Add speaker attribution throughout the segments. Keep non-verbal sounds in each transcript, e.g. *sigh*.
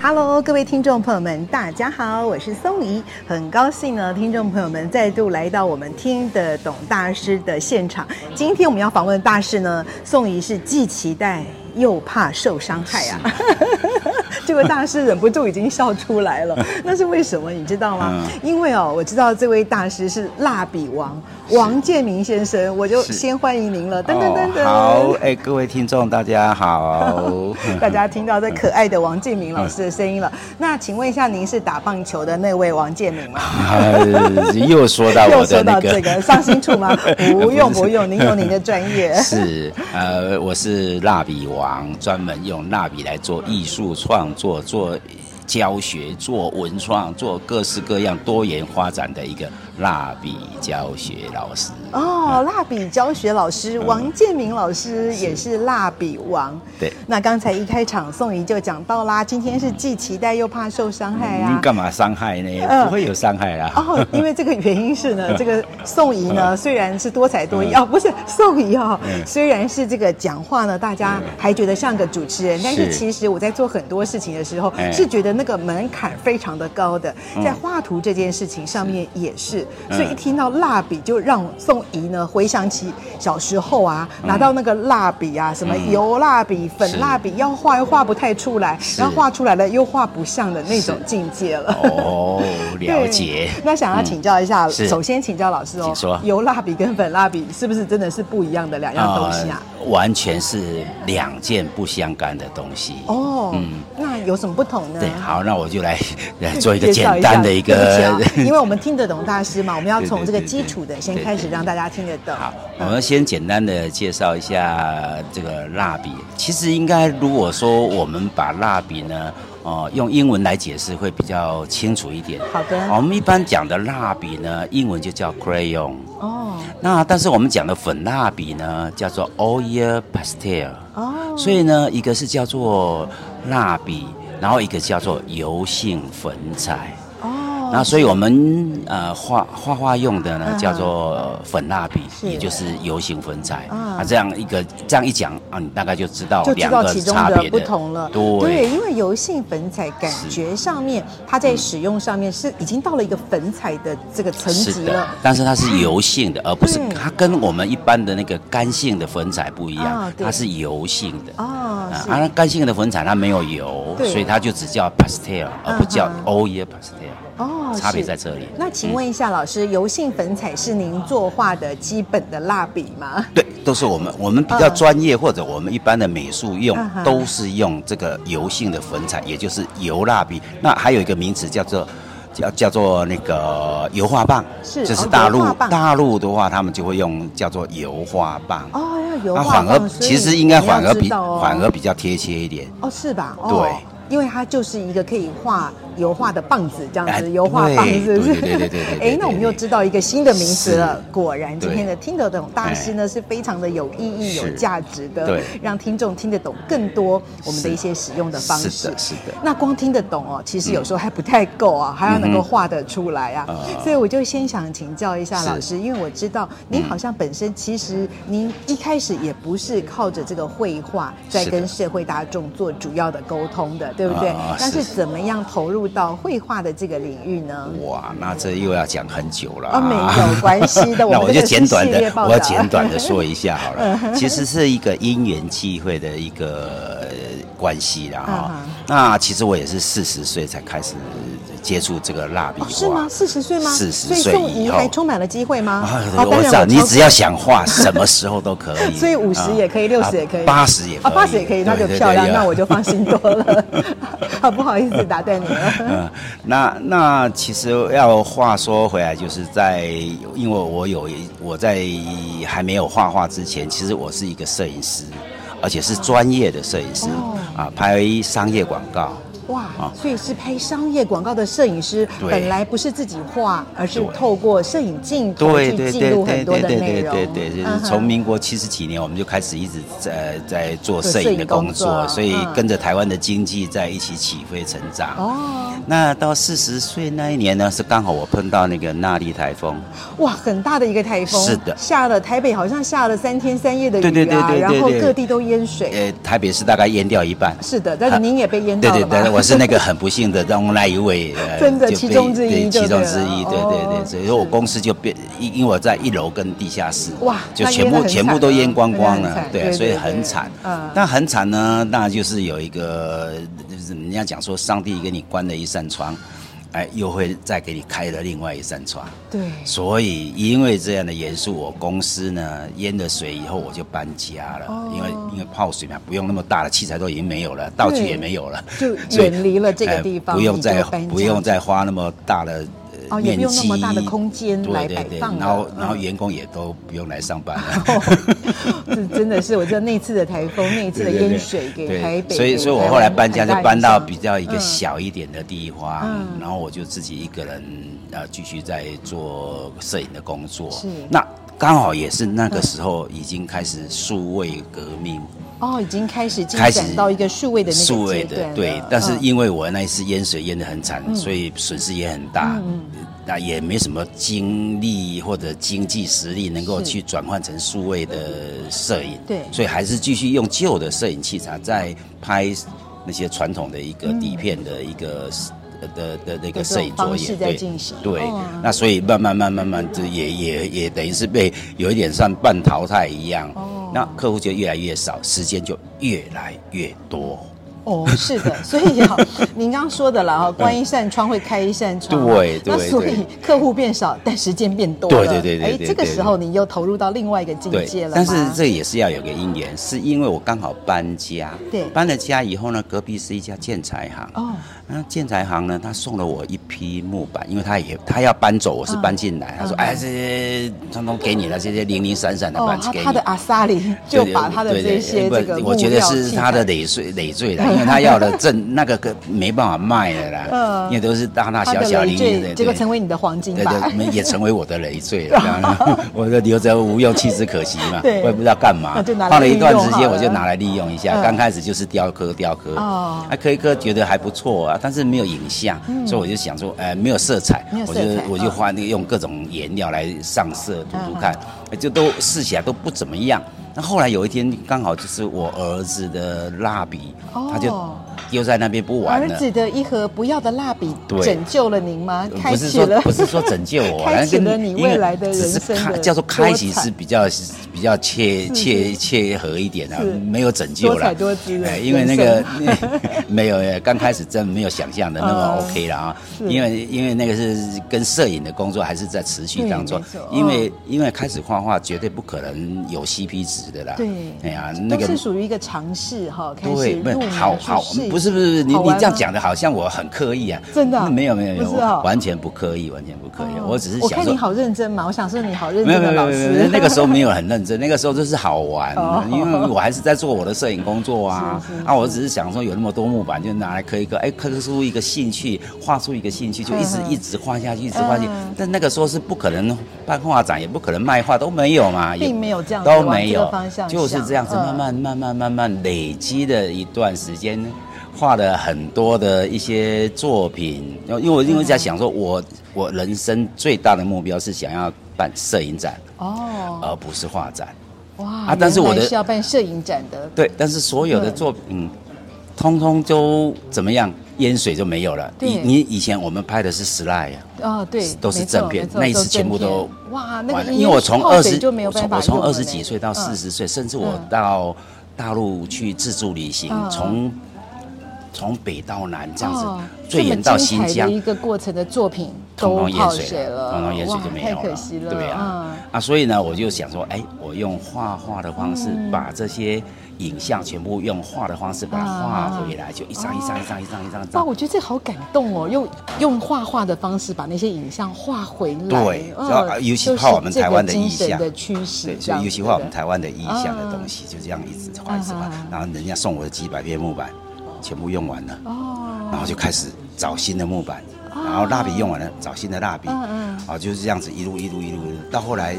Speaker 1: Hello，各位听众朋友们，大家好，我是宋怡，很高兴呢，听众朋友们再度来到我们听得懂大师的现场。今天我们要访问的大师呢，宋怡是既期待又怕受伤害啊。 *laughs* 这位大师忍不住已经笑出来了，那是为什么？你知道吗？因为哦，我知道这位大师是蜡笔王王建民先生，我就是先欢迎您了。噔噔噔噔，，
Speaker 2: 哦好，哎、各位听众大家好
Speaker 1: *laughs* 大家听到这可爱的王建民老师的声音了。
Speaker 2: 嗯
Speaker 1: 那请问一下，您是打棒球的那位王建民吗？
Speaker 2: 哎 *laughs* 又说到
Speaker 1: 又
Speaker 2: 我
Speaker 1: 说
Speaker 2: 的
Speaker 1: 到
Speaker 2: 那
Speaker 1: 这
Speaker 2: 个，
Speaker 1: 个伤心处
Speaker 2: *laughs*
Speaker 1: 吗？不用
Speaker 2: 不是
Speaker 1: 不用，您有您的专
Speaker 2: *laughs*
Speaker 1: 业。
Speaker 2: 是呃，我是蜡笔王，专门用蜡笔来做艺术创作、做教学、做文创、做各式各样多元发展的一个蜡笔教学老师。
Speaker 1: 哦，蜡笔教学老师王建民老师也是蜡笔王。
Speaker 2: 对
Speaker 1: 那刚才一开场，宋怡就讲到啦，今天是既期待又怕受伤害啊
Speaker 2: 你。干嘛伤害
Speaker 1: 嗯
Speaker 2: 呢？不会有伤害啦。
Speaker 1: 哦，因为这个原因是
Speaker 2: *laughs*
Speaker 1: 呢，这个宋怡呢
Speaker 2: 嗯
Speaker 1: 虽然是多才多艺哦，不是宋怡哦，虽然是这个讲话呢，大家还觉得像个主持人，但是
Speaker 2: 嗯是
Speaker 1: 其实我在做很多事情的时候，
Speaker 2: 哎嗯
Speaker 1: 是觉得那个门槛非常的高的，在画图这件事情上面也是，所以一听到蜡笔就让宋怡呢回想起小时候啊，拿到那个蜡笔啊，什么油蜡笔、粉
Speaker 2: 嗯是
Speaker 1: 蜡笔，要画又画不太出来，然后画出来了又画不像的那种境界了。
Speaker 2: 哦，了解。嗯
Speaker 1: 对那想要请教一下，
Speaker 2: 是
Speaker 1: 首先请教老师哦，
Speaker 2: 请说
Speaker 1: 油蜡笔跟粉蜡笔是不是真的是不一样的两样东西啊？
Speaker 2: 呃完全是两件不相干的东西。
Speaker 1: 哦，那有什么不同呢？
Speaker 2: 啊嗯对，好，那我
Speaker 1: *laughs*
Speaker 2: 就来来做一个
Speaker 1: 介绍
Speaker 2: 简
Speaker 1: 下
Speaker 2: 单的一
Speaker 1: 对
Speaker 2: 个
Speaker 1: 不。起啊因为我们听得懂大师嘛，我们要从这个
Speaker 2: 对对对
Speaker 1: 基础的先
Speaker 2: 对对
Speaker 1: 开始，让大家听得懂。
Speaker 2: *laughs* 好，我们先简单的介绍一下这个蜡笔。其实应该如果说我们把蜡笔呢，哦，用英文来解释会比较清楚一点。哦
Speaker 1: 好的
Speaker 2: 我们一般讲的蜡笔呢，英文就叫 crayon。
Speaker 1: 哦
Speaker 2: 那但是我们讲的粉蜡笔呢，叫做 oil pastel。
Speaker 1: 哦，
Speaker 2: 所以呢，一个是叫做蜡笔，然后一个叫做油性粉彩。
Speaker 1: 哦，
Speaker 2: 那所以我们呃画画画用的呢
Speaker 1: 嗯，
Speaker 2: 叫做粉蜡笔，
Speaker 1: 是
Speaker 2: 也就是油性粉彩
Speaker 1: 嗯
Speaker 2: 啊。这样一个这样一讲啊，你大概就知道
Speaker 1: 就知
Speaker 2: 两
Speaker 1: 道
Speaker 2: 个
Speaker 1: 其中
Speaker 2: 差
Speaker 1: 的
Speaker 2: 别
Speaker 1: 不
Speaker 2: 的
Speaker 1: 同了。
Speaker 2: 对，
Speaker 1: 因为油性粉彩感觉上面，它在使用上面是已经到了一个粉彩的这个层
Speaker 2: 是
Speaker 1: 级
Speaker 2: 的
Speaker 1: 了。，嗯
Speaker 2: 但是它是油性的，而不是
Speaker 1: 对
Speaker 2: 它跟我们一般的那个干性的粉彩不一
Speaker 1: 啊
Speaker 2: 样，
Speaker 1: 对
Speaker 2: 它是油性的。
Speaker 1: 哦，
Speaker 2: 啊，
Speaker 1: 是
Speaker 2: 啊干性的粉彩它没有油，
Speaker 1: 对
Speaker 2: 所以它就只叫 pastel，而不叫
Speaker 1: 嗯
Speaker 2: oil pastel。
Speaker 1: 哦
Speaker 2: 差别
Speaker 1: 是
Speaker 2: 在这里。
Speaker 1: 那请问一下老师，油性粉彩是您作画的基本的蜡笔吗？
Speaker 2: 对，都是我们我们比较专业或者我们一般的美术用
Speaker 1: 嗯哼，
Speaker 2: 都是用这个油性的粉彩，也就是油蜡笔。那还有一个名词叫做。叫叫做那个油画棒，
Speaker 1: 是
Speaker 2: 这
Speaker 1: 哦
Speaker 2: 是大
Speaker 1: 油
Speaker 2: 陆
Speaker 1: 画棒
Speaker 2: 大陆的话，他们就会用叫做油画棒。
Speaker 1: 哦，要油
Speaker 2: 那
Speaker 1: 画
Speaker 2: 啊反
Speaker 1: 棒、
Speaker 2: 而
Speaker 1: 所以
Speaker 2: 其实应该
Speaker 1: 你要
Speaker 2: 反而
Speaker 1: 知
Speaker 2: 比
Speaker 1: 道哦
Speaker 2: 反而比较贴切一点。
Speaker 1: 哦是吧？哦、
Speaker 2: 对。
Speaker 1: 因为它就是一个可以画油画的棒子，这样
Speaker 2: 哎
Speaker 1: 子，油画棒
Speaker 2: 对
Speaker 1: 是不是？
Speaker 2: 对对对对对对对
Speaker 1: *laughs* 哎，那我们又知道一个新的名词了。果然，今
Speaker 2: 对哎
Speaker 1: 天的听得懂大师呢是非常的有意义、有
Speaker 2: 是
Speaker 1: 价值的，
Speaker 2: 对
Speaker 1: 让听众听得懂更多我们的
Speaker 2: 是
Speaker 1: 一些使用的方式。
Speaker 2: 是的，是的。嗯
Speaker 1: 那光听得懂哦，其实有时候还不太够啊，还要能够画得出来啊。
Speaker 2: 啊
Speaker 1: 所以我就先想请教一下
Speaker 2: 是嗯
Speaker 1: 老师，因为我知道您好像本身其实您一开始也不是靠着这个绘画在
Speaker 2: 是的
Speaker 1: 跟社会大众做主要的沟通的，对不对
Speaker 2: 啊？
Speaker 1: 但是
Speaker 2: 是是
Speaker 1: 怎么样投入到绘画的这个领域呢？
Speaker 2: 哇，那这又要讲很久了
Speaker 1: 啊没有关系
Speaker 2: *laughs*
Speaker 1: 的
Speaker 2: 那
Speaker 1: 我们
Speaker 2: 我
Speaker 1: 这
Speaker 2: 就
Speaker 1: 个是
Speaker 2: 简短
Speaker 1: 系列
Speaker 2: 的，
Speaker 1: 报
Speaker 2: 我要
Speaker 1: 道嗯
Speaker 2: 简短的说一下
Speaker 1: *laughs*
Speaker 2: 好了。其实是一个因缘际会的一个呃关系啦哈
Speaker 1: 啊哈。
Speaker 2: 那其实我也是四十岁才开始接触这个蜡笔
Speaker 1: 哦
Speaker 2: 画，
Speaker 1: 是吗？四十岁吗？
Speaker 2: 40
Speaker 1: 所以
Speaker 2: 岁
Speaker 1: 宋怡
Speaker 2: 以后
Speaker 1: 还充满了机会吗？
Speaker 2: 啊
Speaker 1: 好，当
Speaker 2: 我
Speaker 1: 然
Speaker 2: 知道你
Speaker 1: 超
Speaker 2: 只要想画，什么时候都可以。
Speaker 1: *laughs*
Speaker 2: 啊
Speaker 1: 所以50也可以60也可以
Speaker 2: 八十也可
Speaker 1: 啊，
Speaker 2: 以，
Speaker 1: 八十也可以，那就
Speaker 2: 对对
Speaker 1: 漂亮，
Speaker 2: 对
Speaker 1: 那
Speaker 2: 啊
Speaker 1: 我就放心多了。 *laughs* 好，不好意思打断你
Speaker 2: *laughs*
Speaker 1: 了。
Speaker 2: 嗯，那那其实要话说回来，就是在因为我有一我在还没有画画之前，其实我是一个摄影师。而且是专业的摄影师
Speaker 1: 哦
Speaker 2: 啊，拍商业广告。
Speaker 1: 哇
Speaker 2: 啊，
Speaker 1: 所以是拍商业广告的摄影师，
Speaker 2: 对
Speaker 1: 本来不是自己画，而是
Speaker 2: 对
Speaker 1: 透过摄影镜头
Speaker 2: 对
Speaker 1: 去
Speaker 2: 对
Speaker 1: 记
Speaker 2: 对
Speaker 1: 录
Speaker 2: 对
Speaker 1: 很多
Speaker 2: 对
Speaker 1: 的
Speaker 2: 对
Speaker 1: 内
Speaker 2: 对
Speaker 1: 容。
Speaker 2: 对对，就
Speaker 1: 嗯
Speaker 2: 是
Speaker 1: 哼
Speaker 2: 从民国七十几年，我们就开始一直在在做
Speaker 1: 做
Speaker 2: 摄
Speaker 1: 摄
Speaker 2: 影的
Speaker 1: 影工
Speaker 2: 工
Speaker 1: 作
Speaker 2: 作，所以
Speaker 1: 嗯
Speaker 2: 跟着台湾的经济在一起起飞成长。
Speaker 1: 哦，
Speaker 2: 那到四十岁那一年呢，是刚好我碰到那个纳莉台风，
Speaker 1: 哇，很大的一个台风，
Speaker 2: 是的
Speaker 1: 下了台北好像下了三天三夜的雨啊，
Speaker 2: 对对对对对
Speaker 1: 然后
Speaker 2: 对
Speaker 1: 各地都淹水。
Speaker 2: 呃，台北市大概淹掉一半。
Speaker 1: 是的，但是
Speaker 2: 啊
Speaker 1: 您也被淹
Speaker 2: 对
Speaker 1: 到
Speaker 2: 对
Speaker 1: 了吗？
Speaker 2: 对，我是那个很不幸的中那一位，呃
Speaker 1: *laughs* 真的
Speaker 2: 就被
Speaker 1: 其中之一就
Speaker 2: 对
Speaker 1: 对
Speaker 2: 其中之
Speaker 1: 了
Speaker 2: 一，对对
Speaker 1: 哦
Speaker 2: 对，所以说我公司就变，因因为我在一楼跟地下室，
Speaker 1: 哇
Speaker 2: 就
Speaker 1: 那淹
Speaker 2: 全
Speaker 1: 得
Speaker 2: 部
Speaker 1: 很
Speaker 2: 全
Speaker 1: 惨
Speaker 2: 部都
Speaker 1: 啊
Speaker 2: 淹光
Speaker 1: 那
Speaker 2: 光
Speaker 1: 很
Speaker 2: 了
Speaker 1: 惨，对
Speaker 2: 对，所以
Speaker 1: 对对
Speaker 2: 很惨
Speaker 1: 嗯。
Speaker 2: 那很惨呢，那就是有一个，就是人家讲说上帝给你关了一扇窗，哎，又会再给你开了另外一扇窗。
Speaker 1: 对
Speaker 2: 所以因为这样的元素，我公司呢淹了水以后我就搬家了，
Speaker 1: 哦
Speaker 2: 因为因为泡水嘛，不用那么大了，器材都已经没有了，道具也没有了，
Speaker 1: 就
Speaker 2: 所以哎
Speaker 1: 远离了这个地方
Speaker 2: 不用再
Speaker 1: 你就搬家
Speaker 2: 不用再花那么大的。呃
Speaker 1: 哦也不用
Speaker 2: 面积
Speaker 1: 那么大的空间来
Speaker 2: 对对
Speaker 1: 摆
Speaker 2: 对，
Speaker 1: 放了
Speaker 2: 然后
Speaker 1: 嗯
Speaker 2: 然后员工也都不用来上班了，
Speaker 1: *laughs* 这真的是，我知道那次的台风，那次的
Speaker 2: 对对对
Speaker 1: 淹水给
Speaker 2: 对
Speaker 1: 台北，
Speaker 2: *laughs* 所以，
Speaker 1: 给
Speaker 2: 所以我
Speaker 1: 台湾
Speaker 2: 后来搬家
Speaker 1: 很
Speaker 2: 就
Speaker 1: 大
Speaker 2: 搬
Speaker 1: 影
Speaker 2: 到
Speaker 1: 响
Speaker 2: 比较一个
Speaker 1: 嗯
Speaker 2: 小一点的地方，
Speaker 1: 嗯
Speaker 2: 然后我就自己一个人呃继续在做摄影的工作。
Speaker 1: 是
Speaker 2: 那刚好也是那个时候已经开始数位革命，
Speaker 1: 哦，已经开始进
Speaker 2: 开始
Speaker 1: 展到一个数位的那个
Speaker 2: 数位
Speaker 1: 阶段
Speaker 2: 的
Speaker 1: 了
Speaker 2: 对，但是
Speaker 1: 嗯
Speaker 2: 因为我那一次淹水淹得很惨，所以损失也很大
Speaker 1: 嗯。
Speaker 2: 那也没什么精力或者经济实力能够
Speaker 1: 是
Speaker 2: 去转换成数位的摄影，
Speaker 1: 对
Speaker 2: 所以还是继续用旧的摄影器材在拍那些传统的一个底片的一个呃的的那
Speaker 1: 嗯的
Speaker 2: 个摄影作
Speaker 1: 这种方式
Speaker 2: 业，
Speaker 1: 在
Speaker 2: 对
Speaker 1: 进行
Speaker 2: 对
Speaker 1: 哦，
Speaker 2: 那所以慢慢慢慢慢，这也也也等于是被有一点像半淘汰一样
Speaker 1: 哦，
Speaker 2: 那客户就越来越少，时间就越来越多。
Speaker 1: 哦，是的，所以
Speaker 2: *laughs*
Speaker 1: 啊，您刚刚说的了哈，关一扇窗会开一扇窗嘛，
Speaker 2: 对对
Speaker 1: 那所以
Speaker 2: 对
Speaker 1: 客户变少，但时间变多了，
Speaker 2: 对对对对对
Speaker 1: 哎，
Speaker 2: 对
Speaker 1: 这个
Speaker 2: 对
Speaker 1: 时候你又投入到另外一个境界了吗，
Speaker 2: 但是这也是要有个因缘，是因为我刚好搬家。
Speaker 1: 对
Speaker 2: 搬了家以后呢，隔壁是一家建材行。
Speaker 1: 哦，
Speaker 2: 那建材行呢，他送了我一批木板，因为他也他要搬走，我是搬进来。他说：“
Speaker 1: 嗯
Speaker 2: 哎，这些通通给你了，这些零零散散的
Speaker 1: 哦
Speaker 2: 板，子
Speaker 1: 他
Speaker 2: 给你。
Speaker 1: 他的阿萨里
Speaker 2: 对
Speaker 1: 就
Speaker 2: 对
Speaker 1: 把他的
Speaker 2: 对
Speaker 1: 这
Speaker 2: 对
Speaker 1: 些
Speaker 2: 不
Speaker 1: 这个
Speaker 2: 我觉得是他的累赘累赘啦，因为他要的挣 *laughs* 那个个没办法卖的啦
Speaker 1: 嗯，
Speaker 2: 因为都是大大
Speaker 1: 他
Speaker 2: 小
Speaker 1: 的
Speaker 2: 小
Speaker 1: 累
Speaker 2: 零零的，
Speaker 1: 赘，结果
Speaker 2: 对
Speaker 1: 成为你的黄金
Speaker 2: 对
Speaker 1: 吧。 *laughs*
Speaker 2: 对，也成为我的累赘了。当然我的留着无用，弃之可惜嘛。
Speaker 1: 对
Speaker 2: 我也不知道干嘛
Speaker 1: 那就拿来。
Speaker 2: 放了一段
Speaker 1: 利用
Speaker 2: 时
Speaker 1: 好
Speaker 2: 间，
Speaker 1: 了
Speaker 2: 我就拿来利用一下
Speaker 1: 嗯。
Speaker 2: 刚开始就是雕刻，雕刻
Speaker 1: 哦，嗯
Speaker 2: 啊，刻一刻觉得还不错啊，但是没有影像，所以我就想说，哎，没有色彩
Speaker 1: 没有，
Speaker 2: 我
Speaker 1: 色
Speaker 2: 就
Speaker 1: 彩
Speaker 2: 我就
Speaker 1: 嗯
Speaker 2: 花那个用各种颜料来上色涂涂看，哎就都试起来都不怎么样。那后来有一天刚好就是我儿子的蜡笔，他就
Speaker 1: 哦
Speaker 2: 丢在那边不玩
Speaker 1: 儿
Speaker 2: 了。
Speaker 1: 子的一盒不要的蜡笔
Speaker 2: 对
Speaker 1: 拯救了您吗？开
Speaker 2: 不是
Speaker 1: 启了
Speaker 2: 说，不是说拯救
Speaker 1: *laughs*
Speaker 2: 我，啊
Speaker 1: 开启了你
Speaker 2: 因为
Speaker 1: 未来的人
Speaker 2: 只是
Speaker 1: 生的
Speaker 2: 开叫做开启
Speaker 1: 多彩嗯
Speaker 2: 是比较比较切切切合一点啊
Speaker 1: 是，
Speaker 2: 没有拯救
Speaker 1: 多彩
Speaker 2: 了，
Speaker 1: 多姿的
Speaker 2: 哎因为那个 *laughs* 没有哎刚开始真没有想象的那么
Speaker 1: 嗯
Speaker 2: OK 了啊，
Speaker 1: 是
Speaker 2: 因为因为那个是跟摄影的工作还是在持续当中
Speaker 1: 对没错，哦
Speaker 2: 因为因为开始画画绝对不可能有 CP 值的啦，
Speaker 1: 对
Speaker 2: 哎呀那
Speaker 1: 都
Speaker 2: 个
Speaker 1: 是属于一个尝试哈，开始
Speaker 2: 对，
Speaker 1: 入
Speaker 2: 不是
Speaker 1: 门
Speaker 2: 好
Speaker 1: 去
Speaker 2: 好
Speaker 1: 试，
Speaker 2: 不是不是，你
Speaker 1: 好
Speaker 2: 你
Speaker 1: 玩
Speaker 2: 这样
Speaker 1: 吗
Speaker 2: 讲的好像我很刻意啊，
Speaker 1: 真的啊
Speaker 2: 没有没有没
Speaker 1: 不
Speaker 2: 有，
Speaker 1: 是哦
Speaker 2: 我完全不刻意，完全不刻意，我只是
Speaker 1: 我
Speaker 2: 想
Speaker 1: 看你
Speaker 2: 说。
Speaker 1: 好认真嘛，我想说你好认
Speaker 2: 没有
Speaker 1: 真的
Speaker 2: 没有
Speaker 1: 老
Speaker 2: 没有没有
Speaker 1: 师，。
Speaker 2: 那个时候没有很认真，那个时候就是好玩啊
Speaker 1: 哦，
Speaker 2: 因为我还是在做我的摄影工作啊
Speaker 1: 是是。
Speaker 2: 啊，我只是想说有那么多木板，就拿来刻一刻，哎，刻出一个兴趣，画出一个兴趣，就一直
Speaker 1: 嗯嗯
Speaker 2: 一直画下去，一直画下去
Speaker 1: 嗯。
Speaker 2: 但那个时候是不可能办画展，也不可能卖画，都没有嘛，也
Speaker 1: 并没有这样子
Speaker 2: 都
Speaker 1: 往
Speaker 2: 没
Speaker 1: 这个
Speaker 2: 有
Speaker 1: 方向，
Speaker 2: 就是
Speaker 1: 想
Speaker 2: 这样子
Speaker 1: 嗯
Speaker 2: 慢慢。慢慢慢慢累积了一段时间，画了很多的一些作品。因为我因为在想
Speaker 1: 嗯
Speaker 2: 说我，我人生最大的目标是想要办摄影展，
Speaker 1: *laughs* 哦，
Speaker 2: 而不是画展。
Speaker 1: 哇！
Speaker 2: 啊但是我的
Speaker 1: 原来是要办摄影展的，
Speaker 2: 对，但是所有的
Speaker 1: 对
Speaker 2: 作品，嗯通通都怎么样？淹水就没有了。
Speaker 1: 对
Speaker 2: 以你以前我们拍的是 slide 啊。
Speaker 1: 哦，对，
Speaker 2: 都是
Speaker 1: 没错
Speaker 2: 正片
Speaker 1: 没，错
Speaker 2: 那一
Speaker 1: 都
Speaker 2: 次
Speaker 1: 是
Speaker 2: 全部
Speaker 1: 正
Speaker 2: 都
Speaker 1: 片哇，那
Speaker 2: 完
Speaker 1: 个
Speaker 2: 了因为我从
Speaker 1: 泡水
Speaker 2: 二十，
Speaker 1: 就没有
Speaker 2: 我
Speaker 1: 办
Speaker 2: 从
Speaker 1: 法
Speaker 2: 我从
Speaker 1: 用
Speaker 2: 二
Speaker 1: 了
Speaker 2: 十
Speaker 1: 呢
Speaker 2: 几岁到
Speaker 1: 嗯
Speaker 2: 四十岁，甚至我
Speaker 1: 嗯
Speaker 2: 到大陆去自助旅行
Speaker 1: 嗯，
Speaker 2: 从从北到南这样子，
Speaker 1: 哦
Speaker 2: 最远到新
Speaker 1: 这么精彩
Speaker 2: 疆
Speaker 1: 的一，个过程的作品
Speaker 2: 通
Speaker 1: 都
Speaker 2: 通
Speaker 1: 泡
Speaker 2: 淹水
Speaker 1: 水了，
Speaker 2: 通通淹水
Speaker 1: 哇
Speaker 2: 就没有
Speaker 1: 太可惜了，
Speaker 2: 对啊，
Speaker 1: 嗯
Speaker 2: 啊，所以呢，我就想说，哎，我用画画的方式
Speaker 1: 嗯
Speaker 2: 把这些影像全部用画的方式把它画
Speaker 1: 啊
Speaker 2: 回来，就一张一张一张一张一张一
Speaker 1: 哇，
Speaker 2: 张。
Speaker 1: 我觉得这好感动哦！用用画画的方式把那些影像画回来，
Speaker 2: 对
Speaker 1: 嗯
Speaker 2: 知道啊尤其画我们台湾的意
Speaker 1: 就是这个精神
Speaker 2: 象
Speaker 1: 的趋势
Speaker 2: 对，，
Speaker 1: 这
Speaker 2: 所
Speaker 1: 样
Speaker 2: 以
Speaker 1: 子
Speaker 2: 尤其画我
Speaker 1: 对
Speaker 2: 们
Speaker 1: 不对
Speaker 2: 台湾的意象的东西，就这样一直画一直画
Speaker 1: 啊啊啊，
Speaker 2: 然后人家送我的几百片木板，全部用完了，
Speaker 1: 哦，
Speaker 2: 然后就开始找新的木板，然后蜡笔用完了找新的蜡笔，
Speaker 1: 嗯嗯
Speaker 2: 啊，就是这样子一路一路一路，一路到后来。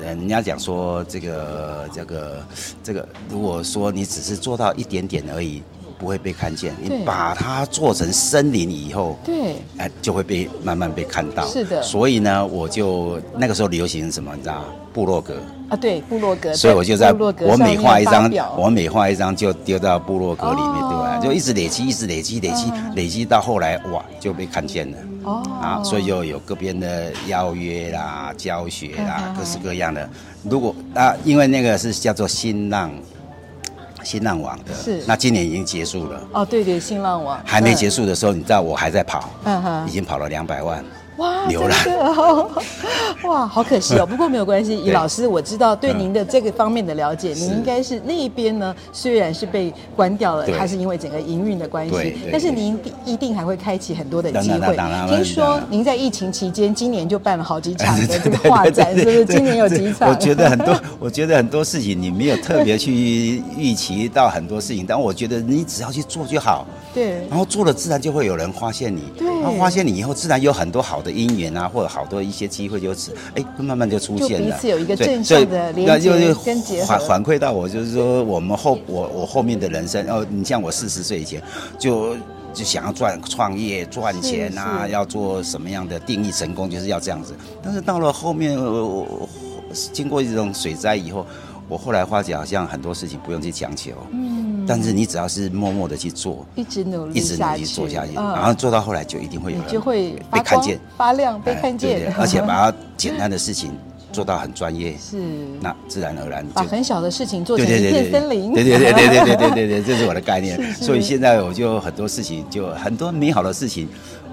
Speaker 2: 呃人家讲说这个这个这个，如果说你只是做到一点点而已，不会被看见。
Speaker 1: 对
Speaker 2: 你把它做成森林以后，
Speaker 1: 对，
Speaker 2: 哎，就会被慢慢被看到。
Speaker 1: 是的
Speaker 2: 所以呢，我就那个时候流行什么，你知道吗？部落格。
Speaker 1: 啊对，部落格，
Speaker 2: 所以我就在
Speaker 1: 部落格
Speaker 2: 我
Speaker 1: 上面
Speaker 2: 每画一
Speaker 1: 发
Speaker 2: 张
Speaker 1: 表，
Speaker 2: 我每画一张就丢到部落格里面，
Speaker 1: 哦
Speaker 2: 对吧？嗯就一直累积，一直累积，累积，累积到后来，哇，就被看见了。
Speaker 1: 哦
Speaker 2: 啊，所以就有各边的邀约啦、教学
Speaker 1: 嗯嗯
Speaker 2: 啦
Speaker 1: 嗯，
Speaker 2: 各式各样的。如果啊，因为那个是叫做新浪新浪网的，
Speaker 1: 是
Speaker 2: 那今年已经结束了。
Speaker 1: 哦对对，新浪网
Speaker 2: 还没结
Speaker 1: 束，
Speaker 2: 束的时候，你知道我还在跑，
Speaker 1: 嗯哼
Speaker 2: 已，经跑了两百万。
Speaker 1: 哇，
Speaker 2: 浏览
Speaker 1: 真的哦， *laughs* 哇，好可惜哦。不过没有关
Speaker 2: *laughs*
Speaker 1: 系，尹
Speaker 2: 对嗯
Speaker 1: 老师，我知道对您的这个方面的了解，您应该是那一边呢，虽然是被关掉了，
Speaker 2: 对
Speaker 1: 它是因为整个营运的关
Speaker 2: 对
Speaker 1: 系
Speaker 2: 对，
Speaker 1: 但是
Speaker 2: 对
Speaker 1: 您一定还会开启很多的
Speaker 2: 当
Speaker 1: 机
Speaker 2: 然
Speaker 1: 会
Speaker 2: 当然。当然
Speaker 1: 听说
Speaker 2: 当然
Speaker 1: 您在疫情期间，今年就办了好几
Speaker 2: *laughs*
Speaker 1: 场的这个画展，是不是？今年有几场？
Speaker 2: 我觉得很多， *laughs* 我觉得很多事情你没有特别去预期到很多事情，但我觉得你只要去做就好，
Speaker 1: 对
Speaker 2: 然后做了自然就会有人发现你，
Speaker 1: 对
Speaker 2: 然后发现你以后自然有很多好的姻缘啊，或者好多一些机会就是，哎，会慢慢就出现了，
Speaker 1: 就彼此有一个
Speaker 2: 对
Speaker 1: 正
Speaker 2: 所以
Speaker 1: 向的
Speaker 2: 那
Speaker 1: 连
Speaker 2: 就
Speaker 1: 接
Speaker 2: 是
Speaker 1: 跟结合
Speaker 2: 反反馈到我，就是说我们后我我后面的人生，哦，你像我四十岁以前就。就想要赚创业赚钱啊，
Speaker 1: 是
Speaker 2: 要做什么样的定义成功，就是要这样子。但是到了后面，我我我经过一种水灾以后，我后来发觉好像很多事情不用去强求，嗯，但是你只要是默默的去做，
Speaker 1: 一直努力
Speaker 2: 一直
Speaker 1: 嗯
Speaker 2: 努
Speaker 1: 下
Speaker 2: 力
Speaker 1: 去，
Speaker 2: 做下去，
Speaker 1: 嗯
Speaker 2: 然后做到后来就一定会有
Speaker 1: 你
Speaker 2: 人
Speaker 1: 就会
Speaker 2: 嗯被
Speaker 1: 发
Speaker 2: 看
Speaker 1: 光
Speaker 2: 见、
Speaker 1: 发亮，被
Speaker 2: 哎
Speaker 1: 看
Speaker 2: 对
Speaker 1: 见
Speaker 2: 对，而且把它简单的事情
Speaker 1: *laughs*
Speaker 2: 做到很专业，
Speaker 1: 是
Speaker 2: 那自然而然
Speaker 1: 把
Speaker 2: 就。
Speaker 1: 很小的事情做
Speaker 2: 对
Speaker 1: 成一
Speaker 2: 对对
Speaker 1: 片
Speaker 2: 对，
Speaker 1: 森林，
Speaker 2: 对对对对对对对对对，这是我的概念。
Speaker 1: *laughs* 是是
Speaker 2: 所以现在我就很多事情，就很多美好的事情，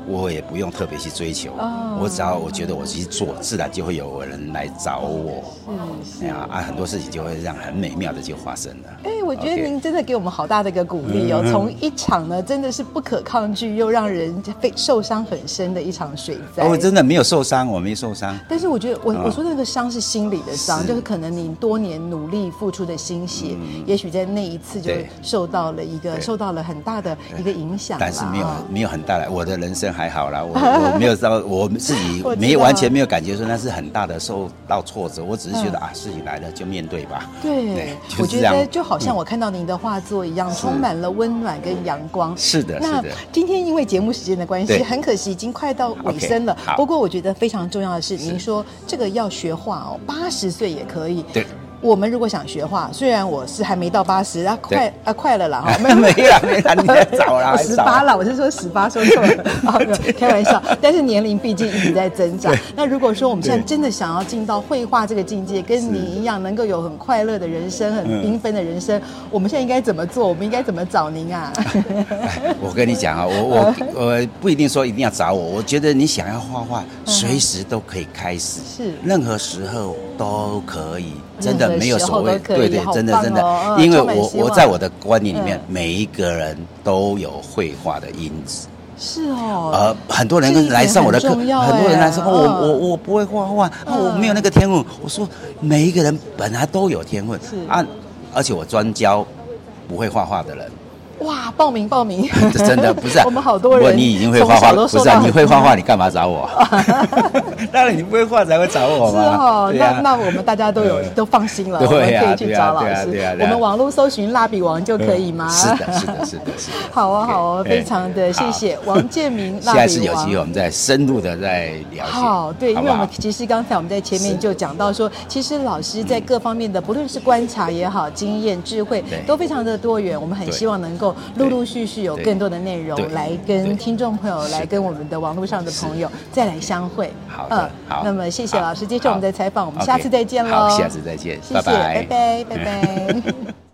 Speaker 2: 我也不用特别去追求，
Speaker 1: 哦
Speaker 2: 我只要我觉得我去做，自然就会有人来找我。
Speaker 1: 嗯是
Speaker 2: 哎呀啊，很多事情就会让很美妙的就发生了。
Speaker 1: 哎，我觉得
Speaker 2: OK 嗯
Speaker 1: 您真的给我们好大的一个鼓励哦！从一场呢，真的是不可抗拒又让人非受伤很深的一场水灾。
Speaker 2: 哦，我真的没有受伤，我没受伤。
Speaker 1: 但是我觉得我，我、
Speaker 2: 啊
Speaker 1: 说那个伤是心理的伤，
Speaker 2: 是嗯
Speaker 1: 就是可能你多年努力付出的心血，也许在那一次就
Speaker 2: 对
Speaker 1: 受到了一个
Speaker 2: 对
Speaker 1: 受到了很大的一个影响啦。
Speaker 2: 但是没有
Speaker 1: 啊
Speaker 2: 没有很大的，我的人生还好啦，
Speaker 1: *laughs*
Speaker 2: 我我没有到我自己
Speaker 1: 我知
Speaker 2: 没
Speaker 1: 道
Speaker 2: 完全没有感觉说那是很大的受到挫折，我只是觉
Speaker 1: 嗯
Speaker 2: 得、啊事情来了就面对吧。
Speaker 1: 对，
Speaker 2: 就
Speaker 1: 我
Speaker 2: 是
Speaker 1: 觉
Speaker 2: 这样嗯
Speaker 1: 得就好像我看到您的画作一样，充满了温暖跟阳光。
Speaker 2: 是的
Speaker 1: 那
Speaker 2: 是的
Speaker 1: 今天因为节目时间的关系，
Speaker 2: 对
Speaker 1: 很可惜已经快到尾声了
Speaker 2: OK，。好
Speaker 1: 不过我觉得非常重要的是，您说这个要学画哦，八十岁也可以。
Speaker 2: 对。
Speaker 1: 我们如果想学画，虽然我是还没到八十，啊
Speaker 2: 对
Speaker 1: 快啊快了啦
Speaker 2: *laughs*
Speaker 1: 哈，
Speaker 2: 没啦没啦， *laughs* 你还早啦，
Speaker 1: *laughs* 我
Speaker 2: 还
Speaker 1: 十
Speaker 2: 早
Speaker 1: 八。了，我是说十八，说错
Speaker 2: *laughs*
Speaker 1: 了，啊没有开玩笑。但是年龄毕竟一直在增长。那如果说我们现在真的想要进到绘画这个境界，跟你一样能够有很快乐的人生、很
Speaker 2: 嗯
Speaker 1: 缤纷的人生，我们现在应该怎么做？我们应该怎么找您
Speaker 2: *laughs*
Speaker 1: 啊？
Speaker 2: 我跟你讲啊，我我
Speaker 1: 嗯
Speaker 2: 我不一定说一定要找我，我觉得你想要画画，
Speaker 1: 嗯
Speaker 2: 随时都可以开始，
Speaker 1: 是
Speaker 2: 任何时候都可以，
Speaker 1: 任嗯
Speaker 2: 真
Speaker 1: 何
Speaker 2: 的没有
Speaker 1: 时候
Speaker 2: 所谓，
Speaker 1: 都可以
Speaker 2: 对对
Speaker 1: 好，
Speaker 2: 真的
Speaker 1: 棒
Speaker 2: 真的
Speaker 1: 哦，嗯
Speaker 2: 因为
Speaker 1: 充满
Speaker 2: 我
Speaker 1: 希望
Speaker 2: 我在我的观念里面
Speaker 1: 嗯，
Speaker 2: 每一个人都有绘画的因子。
Speaker 1: 是哦，
Speaker 2: 呃，很多人
Speaker 1: 这一
Speaker 2: 跟
Speaker 1: 点
Speaker 2: 来上我的课，
Speaker 1: 很重要
Speaker 2: 很多人来说，
Speaker 1: 哎
Speaker 2: 哦我
Speaker 1: 嗯
Speaker 2: 我我不会画画，啊我没有那个天分。我说每一个人本来都有天分
Speaker 1: 是
Speaker 2: 啊，而且我专教不会画画
Speaker 1: *laughs*
Speaker 2: 的人，
Speaker 1: 哇，报名报
Speaker 2: *laughs*
Speaker 1: 名，
Speaker 2: 这真的不是啊、
Speaker 1: 我们好多人
Speaker 2: 不你已经会画画
Speaker 1: 从小
Speaker 2: 了，
Speaker 1: 都
Speaker 2: 不
Speaker 1: 受
Speaker 2: 是、啊、
Speaker 1: 到
Speaker 2: 你
Speaker 1: 很
Speaker 2: 会画画，你干嘛找
Speaker 1: *laughs*
Speaker 2: 我？ *laughs* 当然你不会画才会找我
Speaker 1: 是
Speaker 2: 嘛。
Speaker 1: 哦，
Speaker 2: 对
Speaker 1: 那
Speaker 2: 啊
Speaker 1: 那我们大家都有
Speaker 2: 对
Speaker 1: 都放心了，我们
Speaker 2: 对呀
Speaker 1: 可以去找老
Speaker 2: 对呀
Speaker 1: 师
Speaker 2: 对呀对啊呀。
Speaker 1: 我
Speaker 2: 对呀
Speaker 1: 们网络搜寻蜡笔王就可以吗？
Speaker 2: 嗯是的，是的，是的，是的。
Speaker 1: *laughs* 好啊，好啊，
Speaker 2: OK，
Speaker 1: 非常的谢谢王建民蜡笔王。
Speaker 2: *laughs* 下次有机会我们再深入的再了解。
Speaker 1: 好，对，因
Speaker 2: 好
Speaker 1: 为
Speaker 2: 不
Speaker 1: 我
Speaker 2: 好
Speaker 1: 们其实刚才我们在前面
Speaker 2: 是
Speaker 1: 就讲到说，其实老师在各方面的，不论是观察也好，经验、智慧
Speaker 2: 对，
Speaker 1: 都非常的多元。我们很
Speaker 2: 对
Speaker 1: 希望能够陆陆续续有
Speaker 2: 对
Speaker 1: 更多的内容
Speaker 2: 对
Speaker 1: 来跟
Speaker 2: 对
Speaker 1: 听众朋友，
Speaker 2: 是
Speaker 1: 来跟我们的网络上的朋友再来相会。
Speaker 2: 好的，
Speaker 1: 嗯
Speaker 2: 好。
Speaker 1: 那么谢谢
Speaker 2: 好
Speaker 1: 老师接受我们的
Speaker 2: 好
Speaker 1: 采访，我们
Speaker 2: OK，
Speaker 1: 下次再见喽。
Speaker 2: 好，下次再见， *laughs*
Speaker 1: 谢谢，拜拜，拜拜。